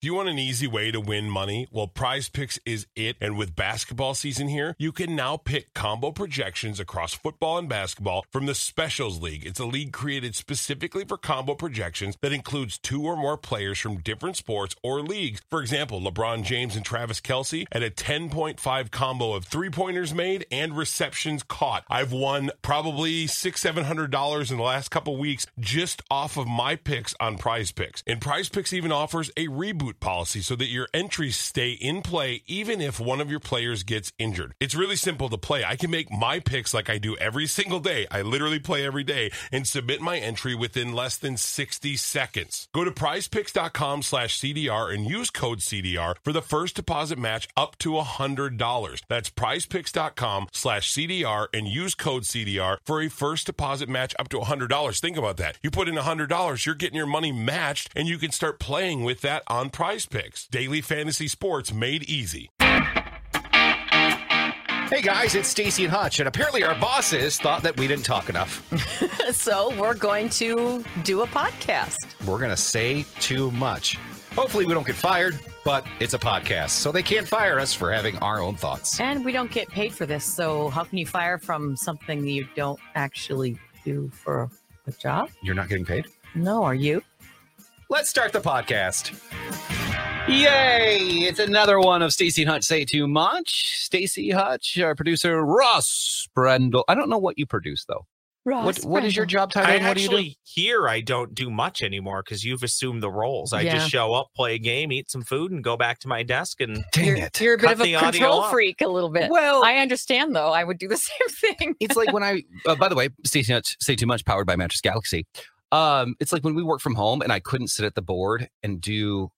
Do you want an easy way to win money? Well, Prize Picks is it. And with basketball season here, you can now pick combo projections across football and basketball from the Specials League. It's a league created specifically for combo projections that includes two or more players from different sports or leagues. For example, LeBron James and Travis Kelsey at a 10.5 combo of three pointers made and receptions caught. I've won probably six, seven hundred dollars in the last couple weeks just off of my picks on prize picks. And prize picks even offers a reboot policy so that your entries stay in play even if one of your players gets injured. It's really simple to play. I can make my picks like I do every single day. I literally play every day and submit my entry within less than 60 seconds. Go to prizepicks.com slash CDR and use code CDR for the first deposit match up to $100. That's prizepicks.com slash CDR and use code CDR for a first deposit match up to $100. Think about that. You put in $100, you're getting your money matched and you can start playing with that on prize picks. Daily fantasy sports made easy. Hey guys, it's Stacy and Hutch, and apparently our bosses thought that we didn't talk enough. So we're going to do a podcast. We're gonna say too much. Hopefully, we don't get fired, but it's a podcast, so they can't fire us for having our own thoughts. And we don't get paid for this. So how can you fire from something that you don't actually do for a job? You're not getting paid. No, are you? Let's start the podcast. Yay! It's another one of Stacy and Hutch say too much. Stacy Hutch, our producer Ross Brendel. I don't know what you produce though. Ross, What what is your job title? I and what do you do? actually here I don't do much anymore because you've assumed the roles. I Yeah. just show up, play a game, eat some food, and go back to my desk. And Dang you're, it. you're a bit Cut of a the audio control off. freak, a little bit. Well, I understand, though. I would do the same thing. it's like when I, uh, by the way, Stacey, not say too much, powered by Mattress Galaxy. Um, it's like when we work from home and I couldn't sit at the board and do,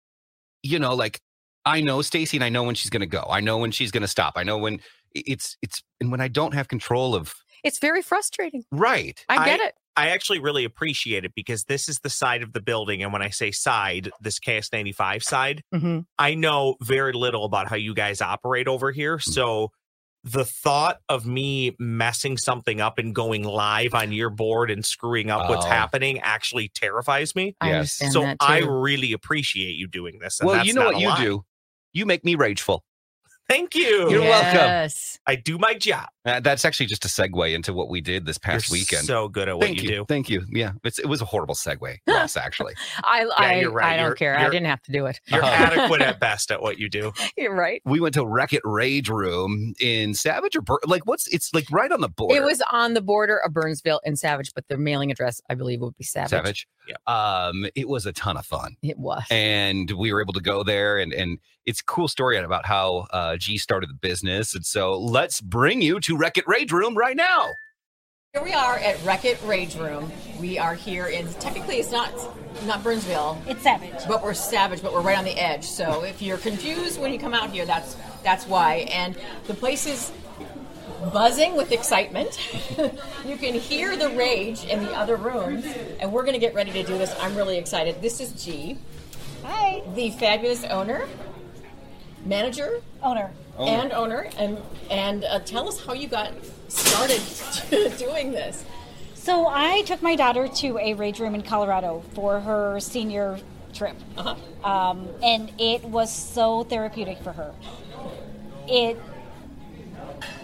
you know, like I know Stacy and I know when she's going to go. I know when she's going to stop. I know when i- it's, it's, and when I don't have control of, It's very frustrating. right. I get it. I actually really appreciate it because this is the side of the building. And when I say side, this KS95 side, Mm-hmm. I know very little about how you guys operate over Mm. here. So the thought of me messing something up and going live on your board and screwing up what's Oh. happening actually terrifies me. I Yes. understand so that, too. I really appreciate you doing this. and Well, that's you know not what a you lie. do? You make me rageful. Thank you. You're welcome. Yes. I do my job. Uh, that's actually just a segue into what we did this past You're weekend. So good at what Thank you, do. Thank you. Yeah. It's, it was a horrible segue, Ross, actually. I, I, you're right. I don't You're- care. I you're- didn't have to do it. You're Uh-huh. adequate at best at what you do. You're right. we went to Wreck It Rage Room in Savage or Bur- like what's it's like right on the border. It was on the border of Burnsville and Savage, but the mailing address, I believe, would be Savage. Savage. Um, it was a ton of fun, It was. and we were able to go there, and and it's a cool story about how uh, G started the business, and so let's bring you to Wreck It Rage Room right now. Here we are at Wreck It Rage Room. We are here in technically it's not not Burnsville, It's savage. but we're Savage, but we're right on the edge. So if you're confused when you come out here, that's that's why. And the place is buzzing with excitement. you can hear the rage in the other rooms, and we're going to get ready to do this. I'm really excited. This is G, Hi. the fabulous owner, manager, Owner. and owner, and and uh, tell us how you got started doing this. So I took my daughter to a rage room in Colorado for her senior trip. Um, and it was so therapeutic for her. It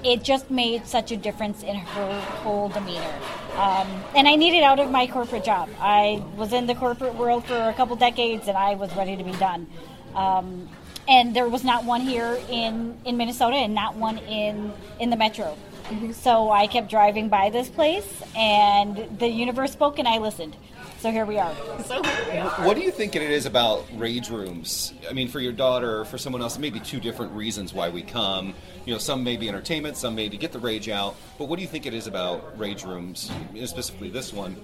it just made such a difference in her whole demeanor. Um, and I needed out of my corporate job. I was in the corporate world for a couple decades, and I was ready to be done. Um, and there was not one here in, in Minnesota, and not one in in the metro. So I kept driving by this place, and the universe spoke, and I listened. So here we are. So here we are. What do you think it is about rage rooms? I mean, for your daughter, for someone else, maybe two different reasons why we come. You know, some may be entertainment, some may to get the rage out. But what do you think it is about rage rooms, specifically this one,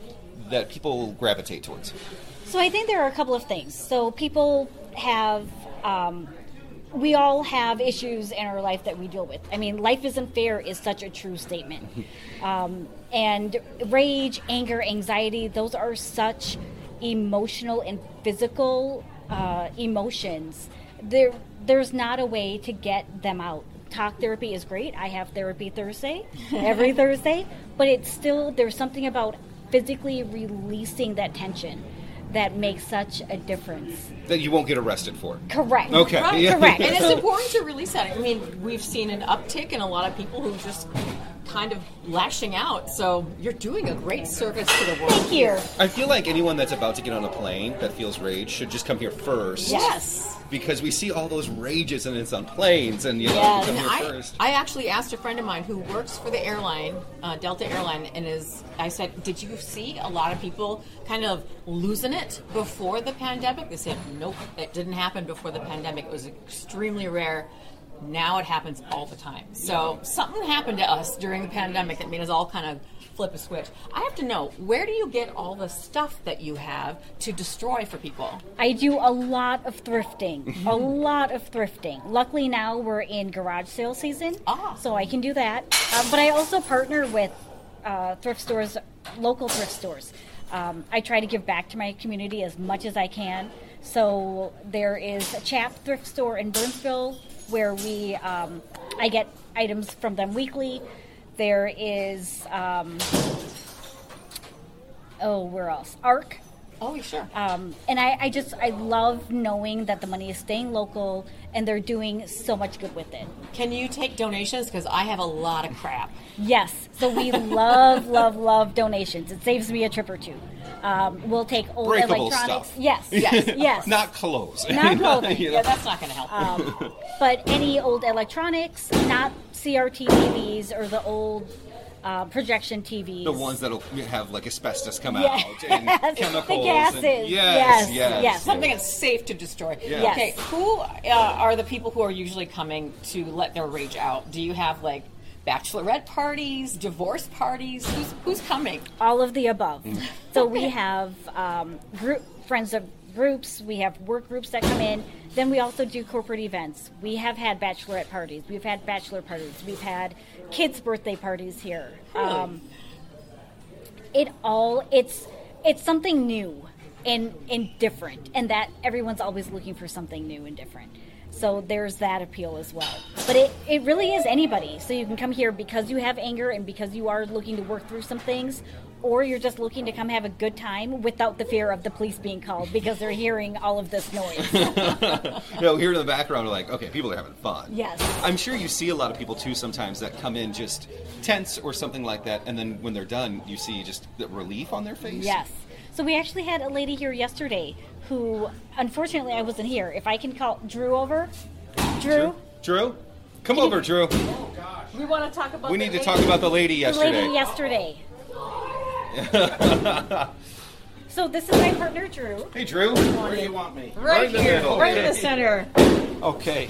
that people gravitate towards? So I think there are a couple of things. So people have, um, we all have issues in our life that we deal with. I mean, life isn't fair is such a true statement. Um, and rage, anger, anxiety, those are such emotional and physical uh, emotions. There, there's not a way to get them out. Talk therapy is great. I have therapy Thursday, every Thursday, but it's still, there's something about physically releasing that tension that makes such a difference. that you won't get arrested for. Correct. Okay. Right, Yeah. correct. And it's important to release that. I mean, we've seen an uptick in a lot of people who just kind of lashing out. So you're doing a great service to the world. Thank you. I feel like anyone that's about to get on a plane that feels rage should just come here first. Yes. Because we see all those rages and it's on planes and you know Yes. you come here Um, I, first. I actually asked a friend of mine who works for the airline, uh, Delta Airline, and is I said, "Did you see a lot of people kind of losing it before the pandemic?" They said, "Nope, that didn't happen before the pandemic. It was extremely rare. Now it happens all the time. So something happened to us during the pandemic that made us all kind of flip a switch. I have to know where do you get all the stuff that you have to destroy for people? I do a lot of thrifting. a lot of thrifting. Luckily now we're in garage sale season, Ah. so I can do that. Uh, but I also partner with uh, thrift stores, local thrift stores. Um, I try to give back to my community as much as I can. So there is a Chap thrift store in Burnsville where we um, I get items from them weekly. There is um, oh where else Arc Oh, sure. um, and I, I just I love knowing that the money is staying local and they're doing so much good with it. Can you take donations? Because I have a lot of crap." Yes, so we love love love donations. It saves me a trip or two. Um, we'll take old Breakable electronics. stuff. Yes, yes, yes. Not clothes. Not clothing. Yeah, that's not going to help. Um, but any old electronics, not CRT TVs or the old uh, projection TVs. the ones that'll have like asbestos come Yes. out and chemicals. The gases. And, yes, Yes, yes. yes. Something that's safe to destroy. Yes. Okay, who uh, are the people who are usually coming to let their rage out? Do you have like bachelorette parties, divorce parties? Who's who's coming? all of the above. so we have um, group friends of groups. We have work groups that come in. Then we also do corporate events. We have had bachelorette parties. We've had bachelor parties. We've had kids' birthday parties here. Um, it all it's it's something new and and different, and that everyone's always looking for something new and different. So there's that appeal as well. But it, it really is anybody. So you can come here because you have anger and because you are looking to work through some things, or you're just looking to come have a good time without the fear of the police being called because they're hearing all of this noise. No, here in the background are like, okay, people are having fun. Yes. I'm sure you see a lot of people too sometimes that come in just tense or something like that, and then when they're done, you see just the relief on their face. yes. So we actually had a lady here yesterday who, unfortunately, I wasn't here. If I can call Drew over, Drew. Drew? Come over, Drew. We want to talk about. We the need to rage- talk about the lady the yesterday. lady yesterday. so this is my partner Drew. Hey, Drew. Where do you want me? right right in the here, middle. right in the center. Okay.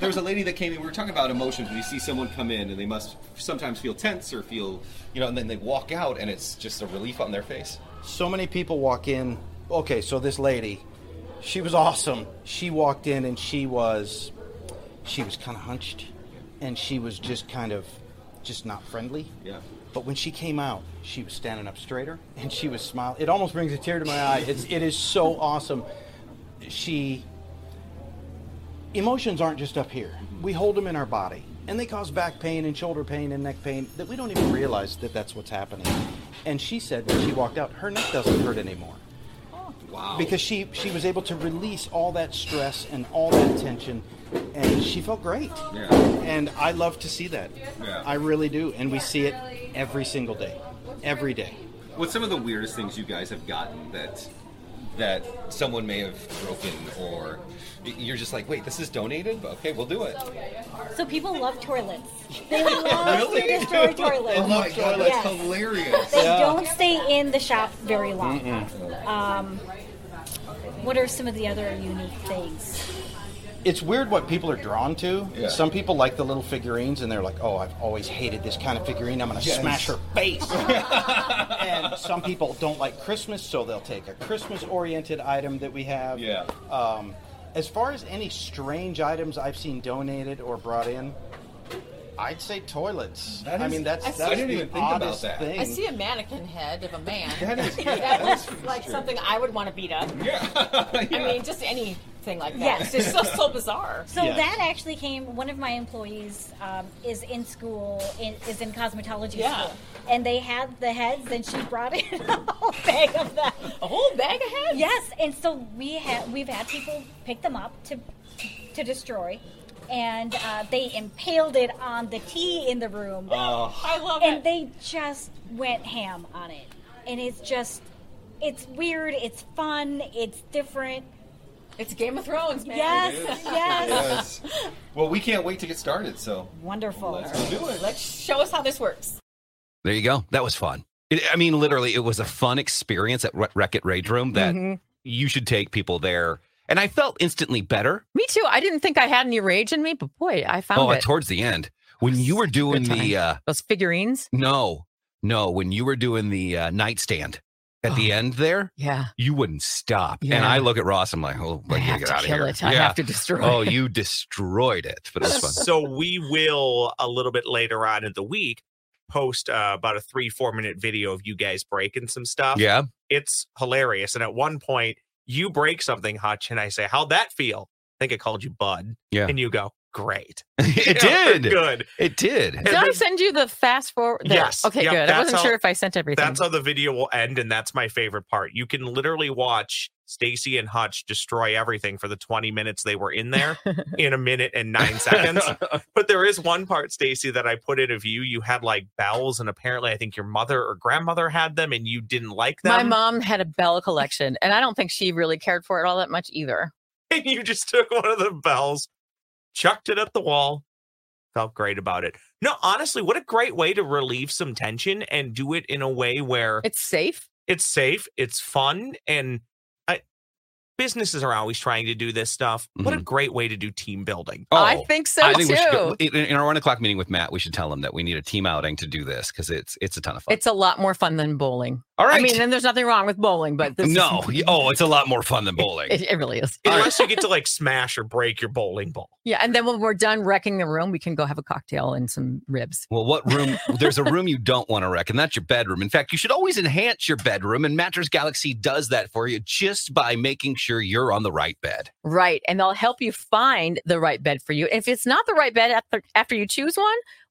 There was a lady that came in. We were talking about emotions. When you see someone come in, and they must sometimes feel tense or feel, you know, and then they walk out, and it's just a relief on their face. So many people walk in. Okay, so this lady, she was awesome. She walked in and she was she was kind of hunched and she was just kind of just not friendly. Yeah. But when she came out, she was standing up straighter and she was smiling. It almost brings a tear to my eye. It's, it is so awesome. She emotions aren't just up here. We hold them in our body, and they cause back pain and shoulder pain and neck pain that we don't even realize that that's what's happening. And she said when she walked out, her neck doesn't hurt anymore Wow. because she she was able to release all that stress and all that tension, and she felt great. Yeah. And I love to see that. Yeah. I really do, and we see it every single day, every day. What's some of the weirdest things you guys have gotten that that someone may have broken or you're just like, wait, this is donated? Okay, we'll do it. So people love toilets. They love to destroy toilets. Oh Yes. hilarious. They don't stay in the shop very long. Um, what are some of the other unique things? It's weird what people are drawn to. Yeah. Some people like the little figurines, and they're like, "Oh, I've always hated this kind of figurine. I'm going to Yes. smash her face." and some people don't like Christmas, so they'll take a Christmas-oriented item that we have. Yeah. Um, as far as any strange items I've seen donated or brought in, I'd say toilets. That I is- mean, that's I that's see- I didn't the even think about oddest that. thing. I see a mannequin head of a man. That is- that looks like something I would want to beat up. Yeah. I mean, just anything anything like that. Yes. It's just so, so bizarre. So Yeah. that actually came. One of my employees um, is in school, in, is in cosmetology Yeah. school, and they had the heads, and she brought in a whole bag of them. A whole bag of heads. Yes, and so we have we've had people pick them up to to destroy, and uh, they impaled it on the tea in the room, I love and it. they just went ham on it. And it's just, it's weird, it's fun, it's different. it's Game of Thrones, man. Yes, yes, Yes. well, we can't wait to get started, so wonderful. let's go do it. Let's show us how this works. There you go. That was fun. It, I mean, literally, it was a fun experience at Wre- Wreck It Rage Room that Mm-hmm. you should take people there. And I felt instantly better. Me too. I didn't think I had any rage in me, but boy, I found oh, it. towards the end when you were doing Good the uh, Those figurines. no, no, when you were doing the uh, nightstand at the end there, Yeah. you wouldn't stop. And Yeah. I look at Ross, I'm like, oh, I I gotta have get to out of kill here. it. I yeah. have to destroy oh, it. you destroyed it, but it was fun. so we will a little bit later on in the week post uh, about a three four minute video of you guys breaking some stuff Yeah. it's hilarious and at one point you break something hutch and i say how'd that feel i think i called you bud Yeah. and you go great it Yeah, did. good It did. Did I send you the fast forward? the- Yes. Okay, Yep, good. that's I wasn't how- sure if I sent everything. that's how the video will end and that's my favorite part you can literally watch stacy and hutch destroy everything for the 20 minutes they were in there in a minute and nine seconds but there is one part stacy that i put in of you you had like bells and apparently i think your mother or grandmother had them and you didn't like them My mom had a bell collection, and I don't think she really cared for it all that much either. and you just took one of the bells chucked it at the wall felt great about it no honestly what a great way to relieve some tension and do it in a way where It's safe. it's safe, it's fun, and I, businesses are always trying to do this stuff. What Mm-hmm. a great way to do team building. Oh, I think so I think too. we should go, in, in our one o'clock meeting with Matt. We should tell him that we need a team outing to do this because it's it's a ton of fun. it's a lot more fun than bowling. All right. I mean, and there's nothing wrong with bowling, but this is- no. y- oh, it's a lot more fun than bowling. it, it really is. All right. Unless you get to like smash or break your bowling ball. Yeah, and then when we're done wrecking the room, we can go have a cocktail and some ribs. Well, what room? There's a room you don't want to wreck, and that's your bedroom. In fact, you should always enhance your bedroom, and Mattress Galaxy does that for you just by making sure you're on the right bed. Right, and they'll help you find the right bed for you. If it's not the right bed after after you choose one,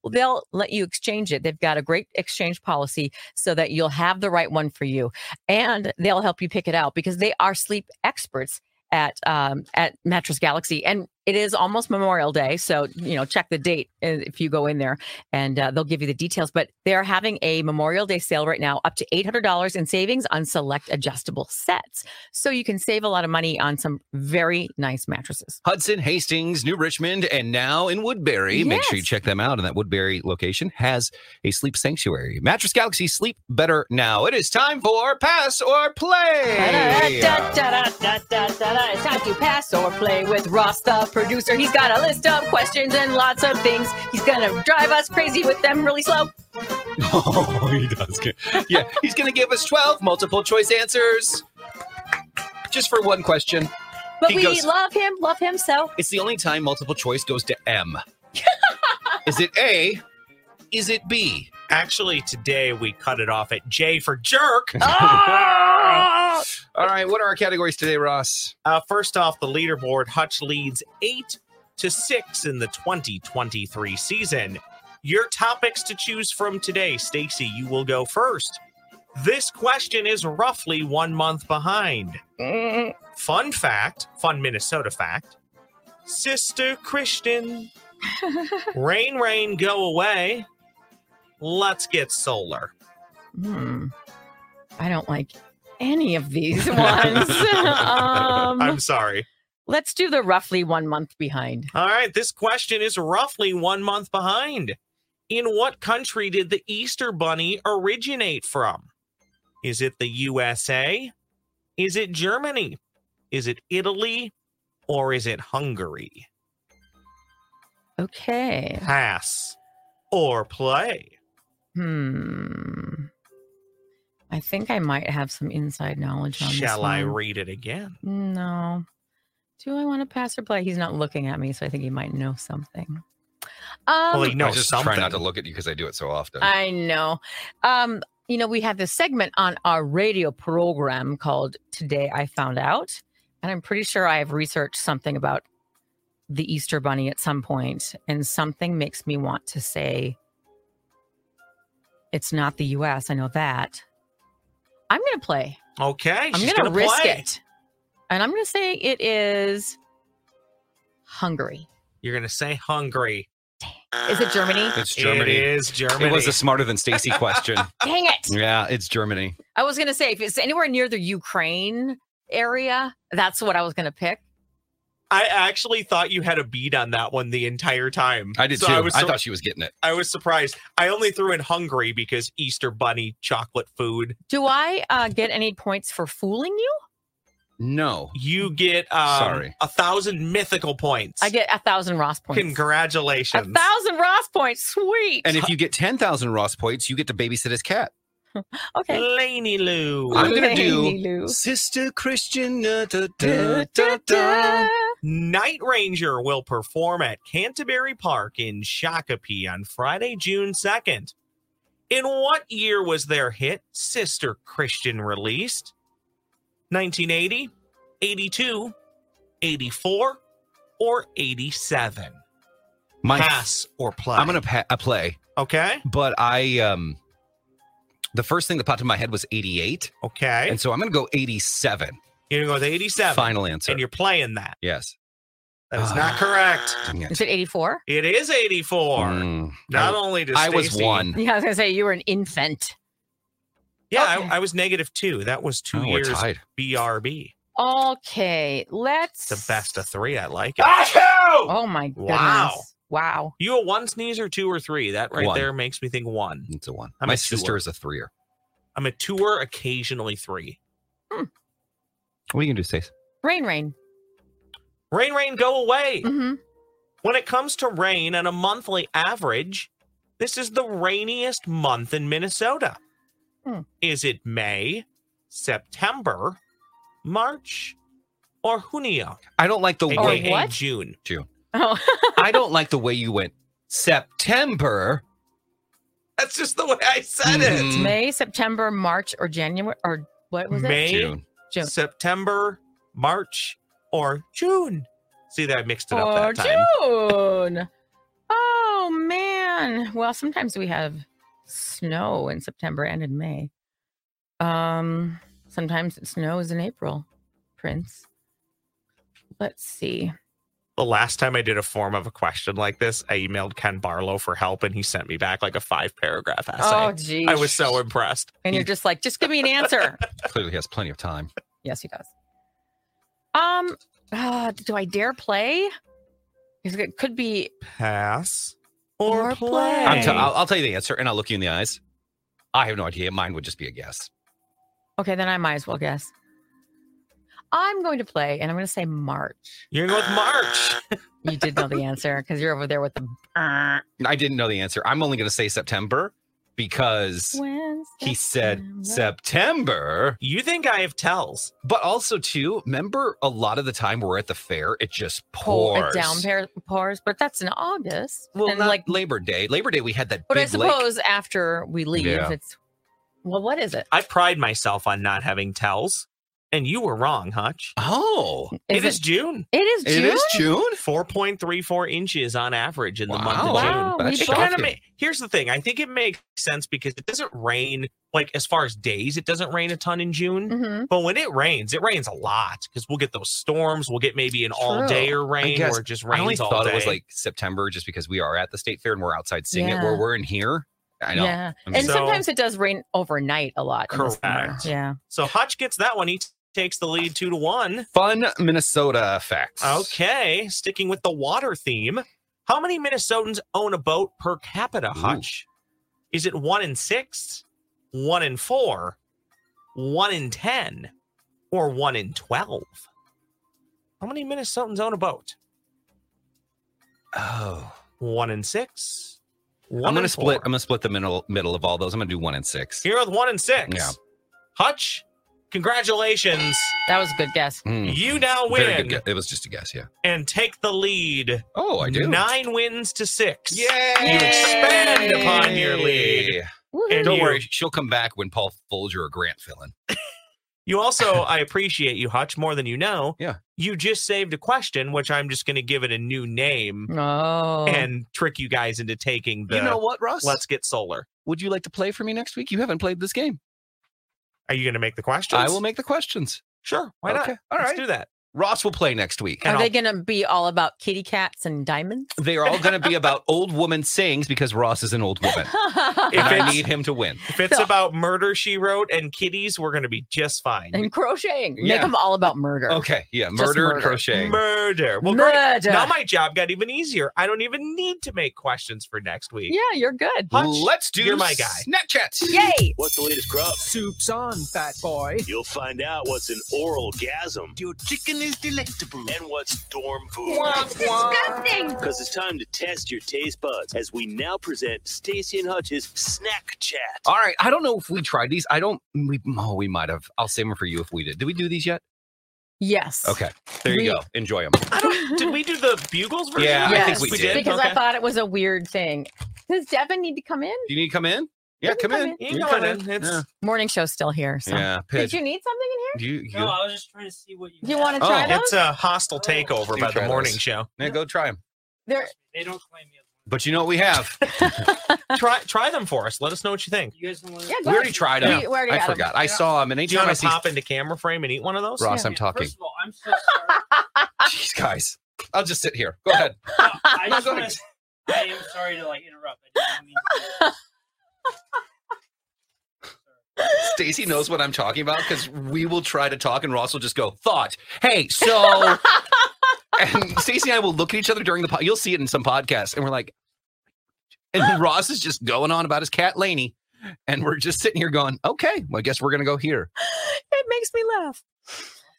well, they'll let you exchange it. They've got a great exchange policy so that you'll have the right one for you, and they'll help you pick it out because they are sleep experts at um, at Mattress Galaxy, and it is almost Memorial Day, so you know check the date uh, if you go in there, and uh, they'll give you the details. But they are having a Memorial Day sale right now, up to eight hundred dollars in savings on select adjustable sets, so you can save a lot of money on some very nice mattresses. Hudson, Hastings, New Richmond, and now in Woodbury. Make sure you Yes. check them out. And that Woodbury location has a sleep sanctuary. Mattress Galaxy, sleep better now. It is time for pass or play. Da-da-da-da-da-da-da-da. It's time to pass or play with Ross, the producer. He's got a list of questions and lots of things. He's gonna drive us crazy with them really slow. oh, he does. get- Yeah, he's going to give us 12 multiple choice answers just for one question. But He we goes- love him, love him so. It's the only time multiple choice goes to M. is it A? Is it B? Actually, today we cut it off at J for jerk. All right, what are our categories today, Ross? Uh, first off, the leaderboard Hutch leads eight to six in the 2023 season. Your topics to choose from today, Stacy, you will go first. This question is roughly one month behind. Fun fact, fun Minnesota fact. Sister Christian, rain, rain, go away. Let's get solar. Hmm. I don't like any of these ones. um, I'm sorry. let's do the roughly one month behind. All right, this question is roughly one month behind. In what country did the Easter Bunny originate from? Is it the USA? Is it Germany? Is it Italy? Or is it Hungary? Okay. Pass or play? Hmm. I think I might have some inside knowledge on this Shall I one. read it again? No. Do I want to pass or play? He's not looking at me, so I think he might know something. Um, Well, he uh, I knows was just something. trying not to look at you because I do it so often. I know. Um, you know, we have this segment on our radio program called Today I Found Out. And I'm pretty sure I have researched something about the Easter Bunny at some point, and something makes me want to say it's not the U.S. I know that. I'm going to play. Okay, I'm she's going to risk play. it, and I'm going to say it is Hungary. You're gonna say Hungary. Is it Germany? It's Germany. It is Germany. It was a smarter than Stacy question. Dang it! yeah, it's Germany. I was gonna say if it's anywhere near the Ukraine area, that's what I was gonna pick. I actually thought you had a beat on that one the entire time. I did So too. I was, I sur- thought she was getting it. I was surprised. I only threw in Hungary because Easter Bunny chocolate food. Do I uh, get any points for fooling you? No. You get um, Sorry. a thousand mythical points. I get a thousand Ross points. a Congratulations. thousand Ross points. Sweet. And if you get 10,000 Ross points, you get to babysit his cat. okay. Laney Lou. I'm going to Lady do Lou. Sister Christian. uh, da, da, da, da. Night Ranger will perform at Canterbury Park in Shakopee on Friday, June 2nd. In what year was their hit Sister Christian released? 1980, 82, 84, or 87? My, Pass or play? I'm going to pa- uh, play, Okay. but I, um, the first thing that popped in my head was 88. Okay. And so I'm going to go 87. You're going to go with 87. Final answer. And you're playing that. Yes. That is Ah. not correct. Dang it. Is it 84? It is 84. Mm. Not I, only did I was Stacy- one. Yeah, I was gonna say you were an infant. Yeah, Okay. I, I was negative two. That was two Oh, we're years tied. BRB. Okay, let's. The best of three. I like it. Ah! Oh my goodness! Wow. Wow. You a one sneezer, two or three? That right One. there makes me think one. It's a one. I'm my a sister two-er. is a threer. I'm a tour, occasionally three. What are you going to do, Stace? Rain, rain. Rain, rain, go away. hmm When it comes to rain on a monthly average, this is the rainiest month in Minnesota. Hmm. Is it May, September, March, or Junio? I don't like the Or way AKA what? June. Oh, I don't like the way you went September. That's just the way I said Mhm. it. Mm. May, September, March, or January, or what was it? May, June. June. September, March, or June. See that I mixed it up Or that time. June. Oh man. Well, sometimes we have snow in September and in May. Um, sometimes it snows in April, Prince. Let's see. The last time I did a form of a question like this, I emailed Ken Barlow for help and he sent me back like a five paragraph Oh, essay. geez. I was so impressed. And you're just like, just give me an answer. Clearly has plenty of time. yes, he does. Um, ah, do I dare play? Is It could be Pass or, Or play. play. I'm t- Hey. I'll, I'll tell you the answer and I'll look you in the eyes. I have no idea. Mine would just be a guess. okay. Then I might as well guess. I'm going to play, and I'm going to say March. You're going with March. You did know the answer because you're over there with the "Uh, I didn't know the answer. I'm only going to say September because when's he said September?" September. You think I have tells? But also, too, remember a lot of the time we're at the fair, it just Pull pours. it down pair, pores, but that's in August. Well, and not like, Labor Day. Labor Day, we had that but I big lake. suppose after we leave, Yeah. it's well, what is it? I pride myself on not having tells. And you were wrong, Hutch. Oh, it is June. It is June. it is June? 4.34 inches on average in the month Wow. of June. Wow, That's we It kind shocking. of ma- here's the thing. I think it makes sense because it doesn't rain like as far as days. It doesn't rain a ton in June, Mhm. but when it rains, it rains a lot because we'll get those storms. We'll get maybe an all day True. or rain guess. where it just rains I only all thought day. it was like September just because we are at the state fair and we're outside seeing it. Yeah. Where we're in here, I know. Yeah, I mean- and So- sometimes it does rain overnight a lot. in the summer. Correct. Yeah. so. Hutch gets that one. He t- takes the lead two to one. Fun Minnesota facts. Okay, sticking with the water theme. How many Minnesotans own a boat per capita, Ooh. Hutch? Is it one in six, one in four, one in 10, or one in 12? How many Minnesotans own a boat? Oh, One in six, one I'm gonna in split. four. I'm gonna split the middle middle of all those. I'm gonna do one and six. Here with one in six. Yeah. Hutch, congratulations. That was a good guess. Hmm. You now Very good win guess. It was just a guess. Yeah. and take the lead. Oh, I do. Nine wins to six. Yay! You expand upon your lead. Yay. Woohoo. And Don't you- worry, she'll come back when Paul Folger or Grant fill in. You also, I appreciate you, Hutch, more than you know. Yeah. You just saved a question, which I'm just going to give it a new name Oh. and trick you guys into taking the you know what, Russ? let's get solar. Would you like to play for me next week? You haven't played this game. Are you going to make the questions? I will make the questions. Sure. Why not? Okay. All Let's right. do that. Ross will play next week. and Are they I'll- going to be all about kitty cats and diamonds? They are all going to be about old woman sayings because Ross is an old woman. If And I it's- need him to win. If it's So- about murder, she wrote, and kitties, we're going to be just fine. and crocheting. Make 'em Make Yeah. them all about murder. Okay. Yeah. Just Murder, murder. and crocheting. Murder. Well, great. murder. Now my job got even easier. I don't even need to make questions for next week. yeah, you're good. Hutch, Let's do you're my guy. Snapchat. Yay! What's the latest grub? Soup's on, fat boy. You'll find out what's an oral gasm Your chicken is delectable. and what's dorm food. Because it's time to test your taste buds as we now present Stacy and Hutch's Snack Chat. All right. I don't know if we tried these. I don't. We, oh, we might have. I'll save them for you if we did. Did we do these yet? Yes. Okay. There you We- go. Enjoy them. I don't. Did we do the bugles version? Yeah, I Yes, think we did. because Okay. I thought it was a weird thing. Does Devin need to come in? Do you need to come in? Yeah, can come come in. in. You can know come it. in. It's- Yeah. Morning show's still here. So. Yeah. Did Pitch. you need something in Do you, you No, I was just trying to see what you. here? You want to Oh. try those? It's a hostile takeover You by the try morning those. show. yeah, go try them. They're- They don't claim me. But you know what we have? try try them for us. Let us know what you think. You guys don't want yeah, We already tried them. We, we already I had 'em. forgot. I saw them, and Do you anytime I want to see pop into camera frame and eat one of those? Ross, I'm talking. First of all, I'm so sorry. Jeez, guys, I'll just sit here. Go ahead. No, I just want to. I am sorry to like interrupt. I didn't mean to. Stacy knows what I'm talking about because we will try to talk, and Ross will just go thought. Hey, so. and Stacy and I will look at each other during the pod. You'll see it in some podcasts, and we're like, and Ross is just going on about his cat Laney, and we're just sitting here going, okay, well, I guess we're gonna go here. It makes me laugh.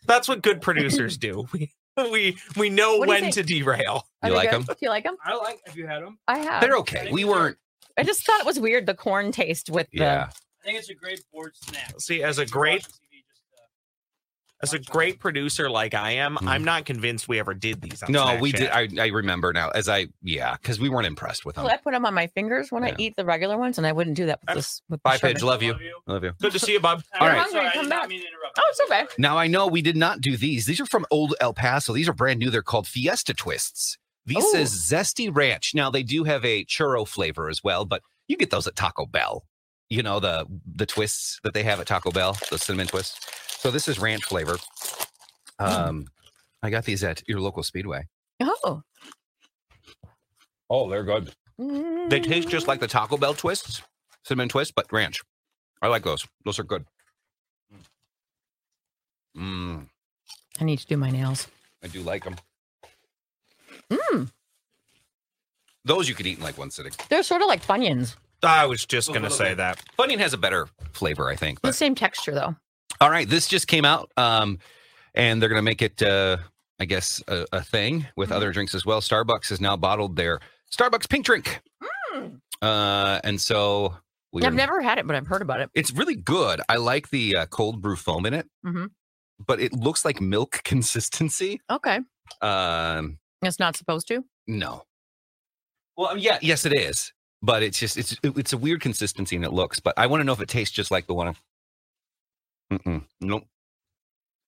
That's what good producers do. We we we know What do you when think? to derail. Are You they like good? 'em? Do you like them? I like. Have you had them? I have. They're okay. We weren't. I just thought it was weird the corn taste with the. Yeah. I think it's a great board snack. See, as a great uh, as a great producer like I am, Mhm. I'm not convinced we ever Hmm. did these. On No, we Snapchat. did. I, I remember now as I, yeah, because we weren't impressed with them. I put them on my fingers when um, Yeah. I eat the regular ones, and I wouldn't do that with Uh, this. With the Bye, sugar. Pidge. Love you. Love you. Love you. Good to see you, Bub. I'm All All right. right. Sorry, Hungry, I come did back. not mean to interrupt. Oh, it's okay. Now, I know we did not do these. These are from old El Paso. These are brand new. They're called Fiesta Twists. These Ooh. says Zesty Ranch. Now, they do have a churro flavor as well, but you get those at Taco Bell. You know, the the twists that they have at Taco Bell, the cinnamon twists. So this is ranch flavor. Um, I got these at your local Speedway. Oh. Oh, they're good. They taste just like the Taco Bell twists, cinnamon twist, but ranch. I like those. Those are good. Mmm, I need to do my nails. I do like them. Mm, Those you could eat in like one sitting. they're sort of like bunions. I was just gonna say that. Funyun has a better flavor, I think. The But same texture though. all right, this just came out, um, and they're gonna make it, uh, I guess, a, a thing with other drinks as well. Starbucks has now bottled their Starbucks pink drink, Mm. uh, and so we I've never had it, but I've heard about it. It's really good. I like the uh, cold brew foam in it, Mhm. but it looks like milk consistency. Okay. Um, It's not supposed to. no. Well, I mean, yeah, yes, it is, but it's just it's it- it's a weird consistency in it looks. But I want to know if it tastes just like the one. Mm-mm. Nope,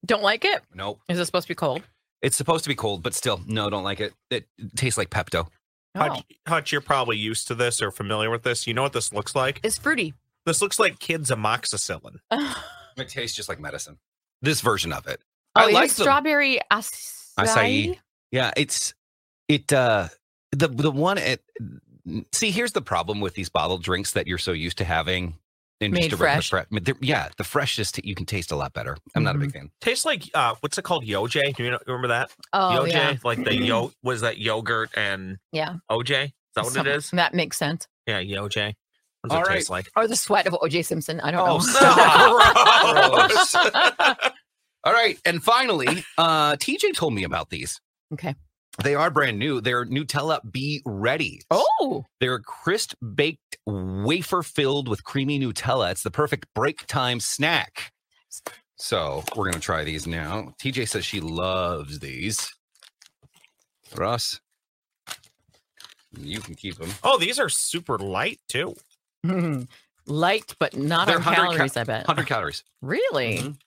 Don't like it. nope. Is it supposed to be cold? It's supposed to be cold, but still, no, don't like it. It tastes like Pepto. No. Hutch, Oh. Hutch, you're probably used to this or familiar with this. You know what this looks like? It's fruity. This looks like kids amoxicillin. oh, It tastes just like medicine. This version of it. I I like like them. Oh, strawberry acai. Acai. Yeah, it's it uh the the one at see here's the problem with these bottled drinks that you're so used to having in Made just a regular fresh. Mm-hmm. fre- but they're- yeah, the freshest you can taste a lot better. I'm not a big fan. Tastes like uh, what's it called? Yoj. Do you know, remember that? Oh Yoj, yeah. like the yo was that yogurt and Yeah. OJ? Is that what Something- it is? That makes sense. Yeah, yoj. What does All it right. taste like? Or the sweat of OJ Simpson. I don't Oh, know. gross. All right, and finally, uh TJ told me about these. Okay. They are brand new. They're Nutella Be Ready. Oh, They're crisp baked wafer filled with creamy Nutella. It's the perfect break time snack. So we're gonna try these now. TJ says she loves these. Ross, you can keep them. Oh, these are super light too. light, but not They're on 100 cal- calories. I bet. 100 calories. Really? Mhm.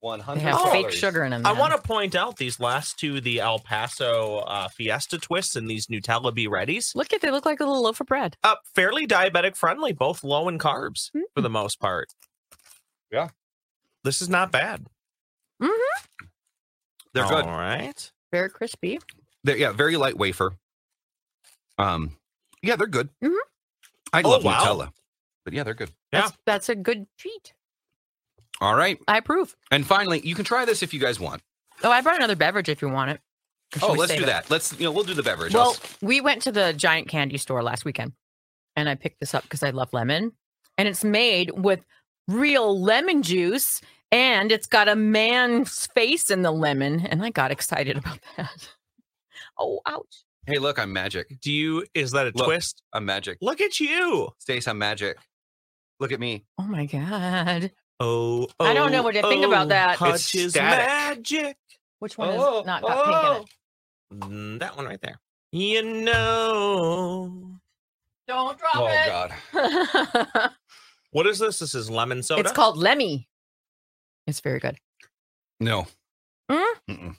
One They hundred. have fake sugar in them. I want to point out these last two, the El Paso uh, Fiesta twists and these Nutella Be Readies, look at they look like a little loaf of bread. uh, fairly diabetic friendly, both low in carbs for the most part. Yeah. This is not bad. Mm-hmm. They're good. All right. Very crispy. They're, yeah, very light wafer. Um, yeah, they're good. Mhm. I Oh, love wow. Nutella, but yeah, they're good. Yeah. That's a good treat. All right, I approve. and finally, you can try this if you guys want. Oh, I brought another beverage if you want it. Or should Oh, we let's save do it? that. Let's you know we'll do the beverage. I'll Well, s- we went to the giant candy store last weekend and I picked this up because I love lemon. And it's made with real lemon juice and it's got a man's face in the lemon. And I got excited about that. oh, ouch. hey, look, I'm magic. Do you, is that a Look. twist? I'm magic. Look at you. Stace, I'm magic. Look at me. Oh my God. Oh, I don't know oh, what to think about oh, that. It's Hutch is static. magic. Which one Oh, is not got pink in it? Mm, that one right there. You know. Don't drop Oh it. God. What is this? This is lemon soda. it's called Lemmy. It's very good. No. Mm? Mm-mm.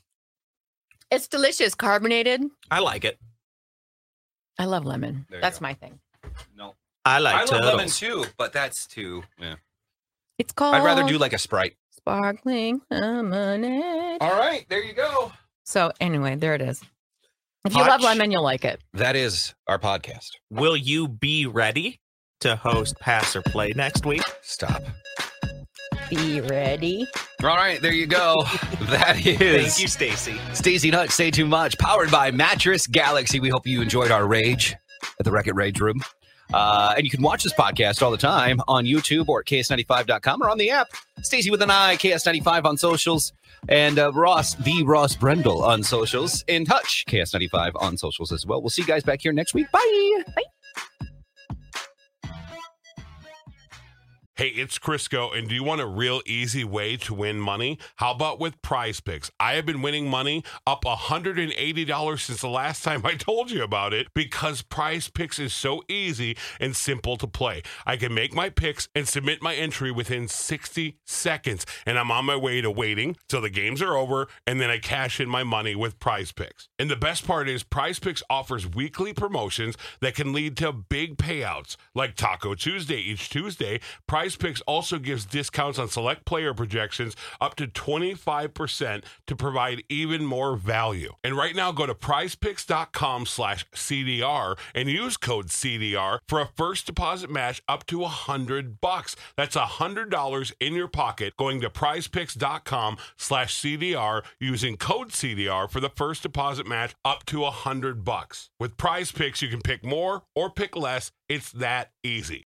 It's delicious, carbonated. I like it. I love lemon. There you That's go. my thing. No. I I like love turtles. lemon too, but that's too. Yeah. It's called I'd rather do like a Sprite. sparkling lemonade. All right, there you go. So anyway, there it is. If you Hotch. love lemon, you'll like it. That is our podcast. Will you be ready to host Pass or Play next week? Stop. Be ready. All right, there you go. that is Thank you, Stacy. Stacey Nutt, Say Too Much, powered by Mattress Galaxy. We hope you enjoyed our rage at the Wreck It Rage Room. Uh, and you can watch this podcast all the time on YouTube or at ks95.com or on the app. Stacy with an I, KS95 on socials, and uh, Ross, the Ross Brendel on socials, and Hutch, KS95 on socials as well. We'll see you guys back here next week. Bye. Bye. Hey, it's Crisco, and do you want a real easy way to win money? How about with prize picks? I have been winning money up $180 since the last time I told you about it because prize picks is so easy and simple to play. I can make my picks and submit my entry within 60 seconds, and I'm on my way to waiting till the games are over, and then I cash in my money with prize picks. And the best part is, prize picks offers weekly promotions that can lead to big payouts like Taco Tuesday each Tuesday. Prize Picks also gives discounts on select player projections up to 25% to provide even more value. And right now go to prizepicks.com slash CDR and use code CDR for a first deposit match up to a hundred bucks. That's a hundred dollars in your pocket going to prizepicks.com slash CDR using code CDR for the first deposit match up to a hundred bucks. With prize picks, you can pick more or pick less. It's that easy.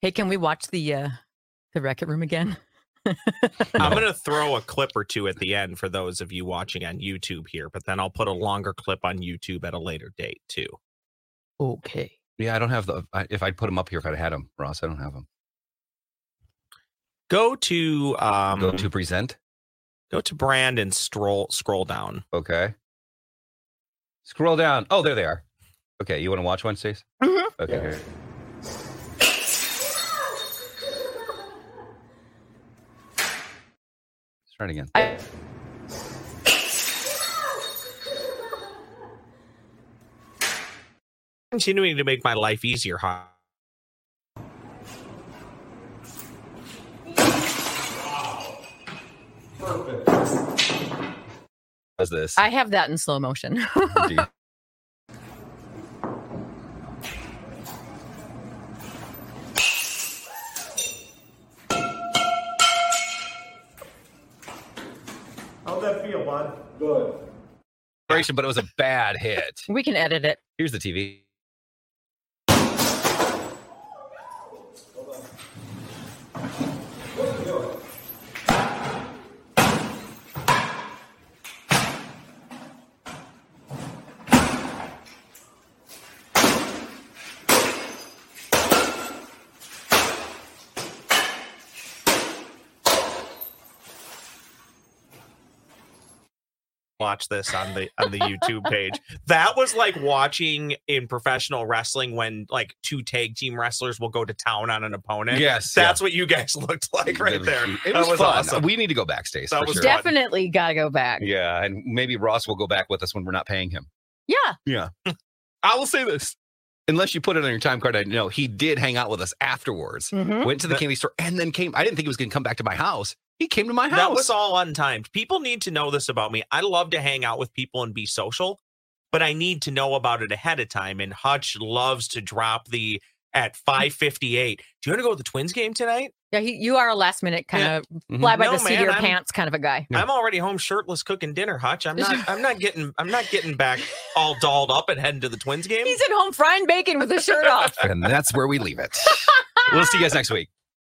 Hey, can we watch the uh the record room again? I'm going to throw a clip or two at the end for those of you watching on YouTube here, but then I'll put a longer clip on YouTube at a later date too. Okay. Yeah, I don't have the. I, if I'd put them up here, if I'd had them, Ross, I don't have them. Go to um Go to present. go to brand and scroll scroll down. Okay. Scroll down. Oh, there they are. Okay, you want to watch one, Stace? Mhm. Okay. here. Let's try it again. I- Continuing to make my life easier, huh? How's this? I have that in slow motion. Do you- How'd that feel, bud? Operation, but it was a bad hit. we can edit it. Here's the TV. watch this on the on the YouTube page. That was like watching in professional wrestling when like two tag team wrestlers will go to town on an opponent. Yes, that's yeah. what you guys looked like It right was- there. It That was, fun. awesome. We need to go back, Stace. That for was sure. Definitely got to go back. Yeah, and maybe Ross will go back with us when we're not paying him. Yeah. Yeah. I will say this. Unless you put it on your time card, I know he did hang out with us afterwards. Mhm. Went to the That- candy store and then came. I didn't think he was going to come back to my house. He came to my house. That was all untimed. People need to know this about me. I love to hang out with people and be social, but I need to know about it ahead of time. And Hutch loves to drop the at 558. Do you want to go to the twins game tonight? Yeah, he, you are a last minute kind Yeah. Mm-hmm. of fly by No, the seat man, of your I'm- pants kind of a guy. I'm already home shirtless cooking dinner, Hutch. I'm not I'm not getting I'm not getting back all dolled up and heading to the twins game. He's at home frying bacon with his shirt off. and that's where we leave it. we'll see you guys next week.